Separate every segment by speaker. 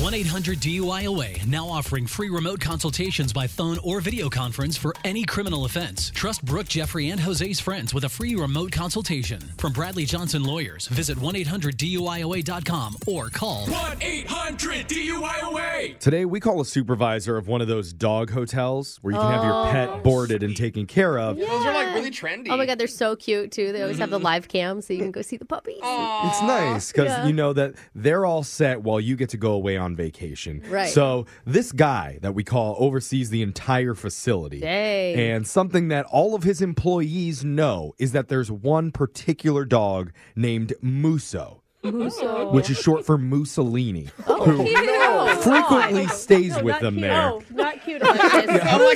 Speaker 1: 1 800 DUIOA now offering free remote consultations by phone or video conference for any criminal offense. Trust Brooke, Jeffrey, and Jose's friends with a free remote consultation. From Bradley Johnson Lawyers, visit 1 800 DUIOA.com or call
Speaker 2: 1 800 DUIOA.
Speaker 3: Today, we call a supervisor of one of those dog hotels where you can have your pet boarded and taken care of.
Speaker 4: Those are like really trendy.
Speaker 5: Oh my god, they're so cute too. They always have
Speaker 3: Mm-hmm.
Speaker 5: the live cam so you can go see the puppies.
Speaker 3: It's nice because you know that they're all set while you get to go away on vacation.
Speaker 5: Right.
Speaker 3: So this guy that we call oversees the entire facility.
Speaker 5: Dang.
Speaker 3: And something that all of his employees know is that there's one particular dog named Muso,
Speaker 5: Muso.
Speaker 3: which is short for Mussolini,
Speaker 5: Oh,
Speaker 3: who
Speaker 5: no. Oh,
Speaker 3: frequently stays with them there.
Speaker 5: not cute.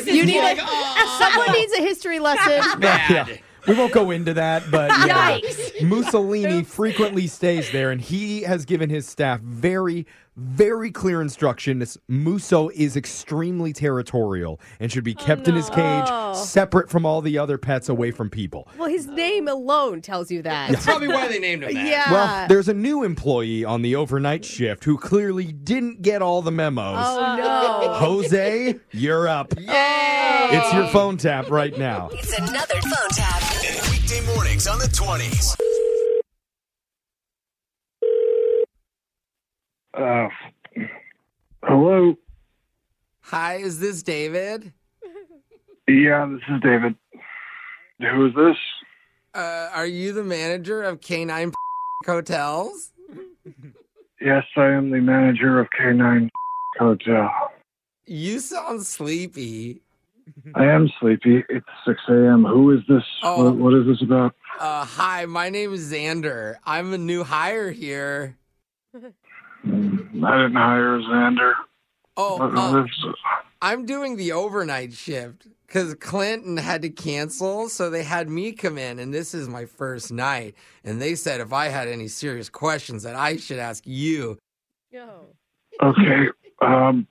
Speaker 5: you need a, someone needs a history lesson.
Speaker 3: Yeah. We won't go into that, but yeah. Mussolini frequently stays there, and he has given his staff very, very clear instructions. Muso is extremely territorial and should be
Speaker 5: Oh,
Speaker 3: kept in his cage, separate from all the other pets, away from people.
Speaker 5: well, his name alone tells you that.
Speaker 4: That's probably why they named him that.
Speaker 5: Yeah.
Speaker 3: Well, there's a new employee on the overnight shift who clearly didn't get all the memos.
Speaker 5: oh no.
Speaker 3: Jose, you're up. It's your phone tap right now.
Speaker 6: It's another phone tap.
Speaker 2: And weekday mornings on the 20s.
Speaker 7: Uh, hello.
Speaker 4: Hi, is this David?
Speaker 7: Yeah, this is David. Who is this?
Speaker 4: Uh, are you the manager of K9 Hotels?
Speaker 7: Yes, I am the manager of K9 Hotel.
Speaker 4: You sound sleepy.
Speaker 7: I am sleepy. It's 6 a.m. Who is this?
Speaker 4: Oh.
Speaker 7: What, what is this about?
Speaker 4: Uh, hi, my name is Xander. I'm a new hire here.
Speaker 7: I didn't hire Xander.
Speaker 4: Oh,
Speaker 7: What is
Speaker 4: uh,
Speaker 7: this?
Speaker 4: I'm doing the overnight shift because Clinton had to cancel, so they had me come in, and this is my first night. And they said if I had any serious questions that I should ask you.
Speaker 7: Okay. Um,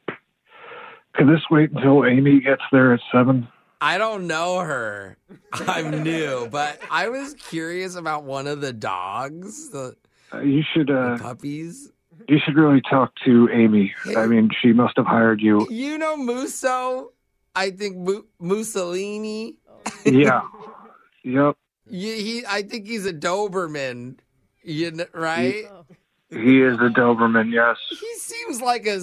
Speaker 7: could this wait until Amy gets there at 7?
Speaker 4: I don't know her. I'm new, but I was curious about one of the dogs, the,
Speaker 7: Uh, you should
Speaker 4: the
Speaker 7: uh,
Speaker 4: puppies.
Speaker 7: you should really talk to Amy. I mean, she must have hired you.
Speaker 4: You know Musso? I think Mu- Mussolini.
Speaker 7: Yeah. Yep.
Speaker 4: You, he, I think he's a Doberman. You kn- right?
Speaker 7: He is a Doberman, yes.
Speaker 4: He seems like a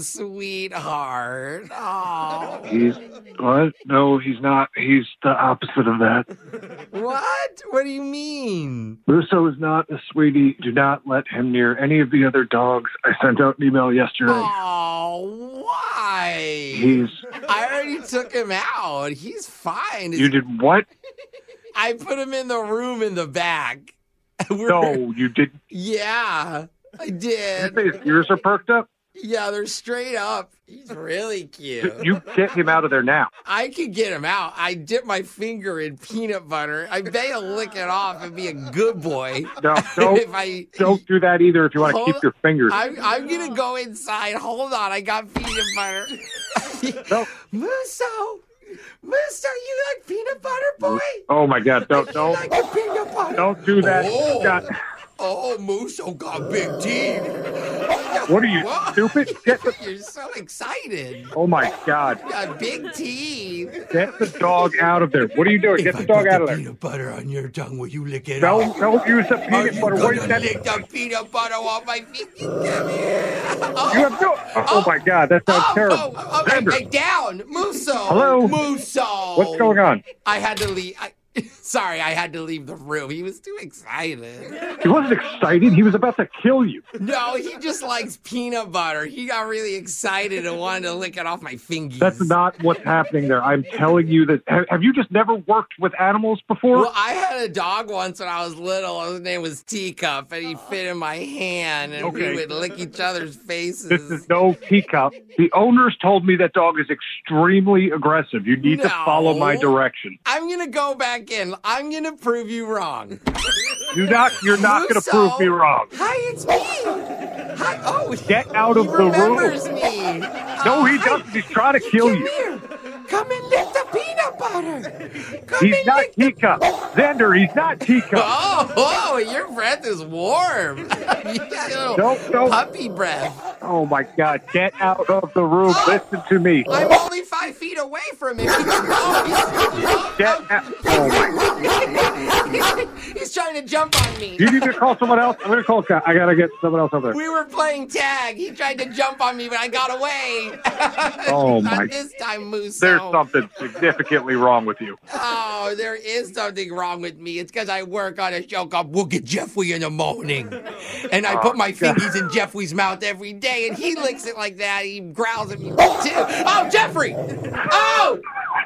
Speaker 4: sweetheart. Oh,
Speaker 7: He's what? No, he's not. He's the opposite of that.
Speaker 4: what? What do you mean?
Speaker 7: Russo is not a sweetie. Do not let him near any of the other dogs. I sent out an email yesterday.
Speaker 4: Oh, why?
Speaker 7: He's.
Speaker 4: I already took him out. He's fine.
Speaker 7: You did what?
Speaker 4: I put him in the room in the back. We're-
Speaker 7: No, you didn't.
Speaker 4: Yeah, I
Speaker 7: Your
Speaker 4: did.
Speaker 7: face- Yours are perked up.
Speaker 4: Yeah, they're straight up. He's really cute.
Speaker 3: You get him out of there now.
Speaker 4: I could get him out. I dip my finger in peanut butter. I bet he'll lick it off and be a good boy.
Speaker 3: No, don't,
Speaker 4: If I- Oh,
Speaker 3: don't do that either if you want to
Speaker 4: Hold-
Speaker 3: keep your fingers.
Speaker 4: I'm, I'm gonna go inside. Hold on, I got peanut butter. Muso, Muso, you like peanut butter, boy?
Speaker 3: oh my God! Don't don't
Speaker 4: Like a peanut butter?
Speaker 3: don't do that.
Speaker 4: Oh,
Speaker 3: God,
Speaker 4: oh Muso got big teeth.
Speaker 3: what are you
Speaker 4: Whoa.
Speaker 3: stupid? Get the,
Speaker 4: You're so excited.
Speaker 3: oh my God!
Speaker 4: You got big teeth.
Speaker 3: Get the dog out of there. What are you doing? Get the dog out of there.
Speaker 4: Peanut butter on your tongue. Will you lick it
Speaker 3: Don't
Speaker 4: off?
Speaker 3: don't use the
Speaker 4: Are
Speaker 3: peanut
Speaker 4: you
Speaker 3: butter. What is
Speaker 4: gonna
Speaker 3: that?
Speaker 4: lick the peanut butter off my feet?
Speaker 3: You have no. Oh my God! That sounds terrible.
Speaker 4: Oh, hey,
Speaker 3: Xander,
Speaker 4: hey, down, Muso.
Speaker 3: Hello?
Speaker 4: Muso.
Speaker 3: What's going on?
Speaker 4: I had to leave. I, sorry, I had to leave the room. He was too excited.
Speaker 3: he wasn't excited. He was about to kill you.
Speaker 4: No, he just likes peanut butter. He got really excited and wanted to lick it off my finger.
Speaker 3: That's not what's happening there. I'm telling you that. Have, have you just never worked with animals before?
Speaker 4: Well, I had a dog once when I was little. His name was Teacup, and he fit in my hand, and
Speaker 3: Okay.
Speaker 4: we would lick each other's faces.
Speaker 3: this is no teacup. The owners told me that dog is extremely aggressive. You need to follow my
Speaker 4: No.
Speaker 3: direction.
Speaker 4: I'm gonna go back in. I'm gonna prove you wrong.
Speaker 3: You're not. You're not going to
Speaker 4: Russo.
Speaker 3: prove me wrong.
Speaker 4: Hi, it's me. Hi. Oh,
Speaker 3: Get out of
Speaker 4: he
Speaker 3: the room.
Speaker 4: remembers me.
Speaker 3: No, he doesn't. He's trying to kill you.
Speaker 4: Here, come and lick the peanut butter. Come
Speaker 3: He's
Speaker 4: and
Speaker 3: not
Speaker 4: lick.
Speaker 3: teacup. Xander, he's not teacup.
Speaker 4: Oh, oh, your breath is warm. you got a little
Speaker 3: Don't- don't.
Speaker 4: puppy breath.
Speaker 3: Oh my God! Get out of the room. Listen to me.
Speaker 4: I'm only five feet away from him.
Speaker 3: Get out. Oh my
Speaker 4: He's trying to jump on me.
Speaker 3: You need to call someone else. I'm gonna call. Scott. I gotta get someone else over there.
Speaker 4: We were playing tag. He tried to jump on me, but I got away.
Speaker 3: Oh
Speaker 4: Not
Speaker 3: my!
Speaker 4: This time, Moose.
Speaker 3: There's something significantly wrong with you.
Speaker 4: Oh, there is something wrong with me. It's because I work on a show called We'll Get Jeffrey in the Morning. And
Speaker 3: Oh,
Speaker 4: I put my fingies in Jeffrey's mouth every day, and he licks it like that. He growls at me, too. Oh, Jeffrey! Oh!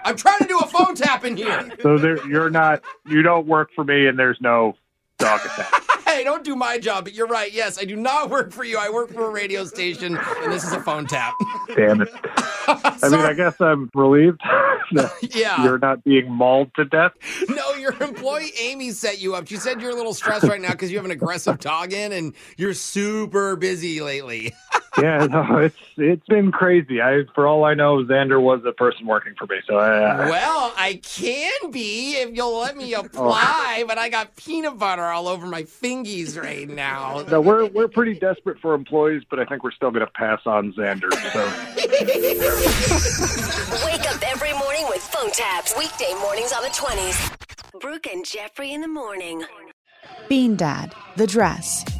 Speaker 4: I'm trying to do a phone tap in here.
Speaker 3: So there, you're not. You don't work for me, and there's no dog attack.
Speaker 4: Hey, don't do my job, but you're right. Yes, I do not work for you. I work for a radio station, and this is a phone tap.
Speaker 3: Damn it! I mean, I guess I'm relieved. that
Speaker 4: Yeah.
Speaker 3: You're not being mauled to death.
Speaker 4: No, your employee Amy set you up. She said you're a little stressed right now because you have an aggressive dog in and you're super busy lately.
Speaker 3: Yeah, no, it's it's been crazy. I, for all I know, Xander was the person working for me. So uh, I, I,
Speaker 4: Well, I can be if you'll let me apply, but I got peanut butter all over my fingies right now.
Speaker 3: no, we're we're pretty desperate for employees, but I think we're still going to pass on Xander. So.
Speaker 8: Wake up every morning with phone taps. Weekday mornings on the 20s. Brooke and Jeffrey in the morning.
Speaker 9: Bean Dad, The Dress,